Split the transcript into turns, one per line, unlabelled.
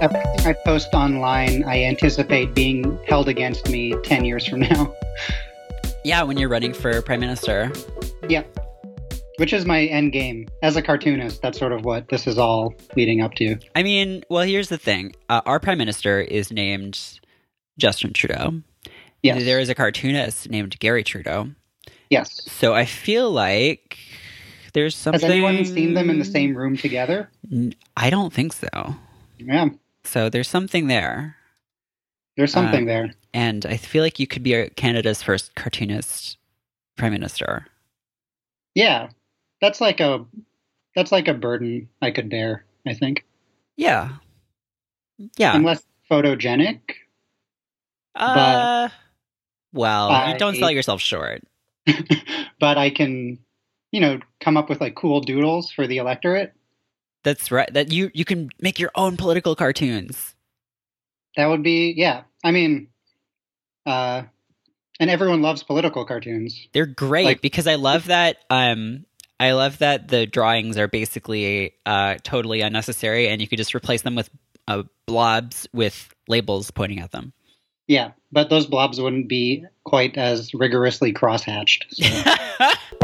everything I post online, I anticipate being held against me 10 years from now.
Yeah, when you're running for prime minister.
yeah. Which is my end game. As a cartoonist, that's sort of what this is all leading up to.
I mean, well, here's the thing uh, our prime minister is named Justin Trudeau.
Yes.
There is a cartoonist named Gary Trudeau.
Yes.
So I feel like there's something.
Has anyone seen them in the same room together?
N- I don't think so.
Yeah.
So there's something there.
There's something
Um,
there.
And I feel like you could be Canada's first cartoonist prime minister.
Yeah. That's like a that's like a burden I could bear, I think.
Yeah. Yeah.
I'm less photogenic.
uh, well, you
I-
don't sell yourself short.
but I can, you know, come up with like cool doodles for the electorate.
That's right. That you you can make your own political cartoons.
That would be yeah. I mean, uh, and everyone loves political cartoons.
They're great
Like-
because I love that um I love that the drawings are basically uh totally unnecessary and you could just replace them with uh, blobs with labels pointing at them.
Yeah, but those blobs wouldn't be quite as rigorously crosshatched. So.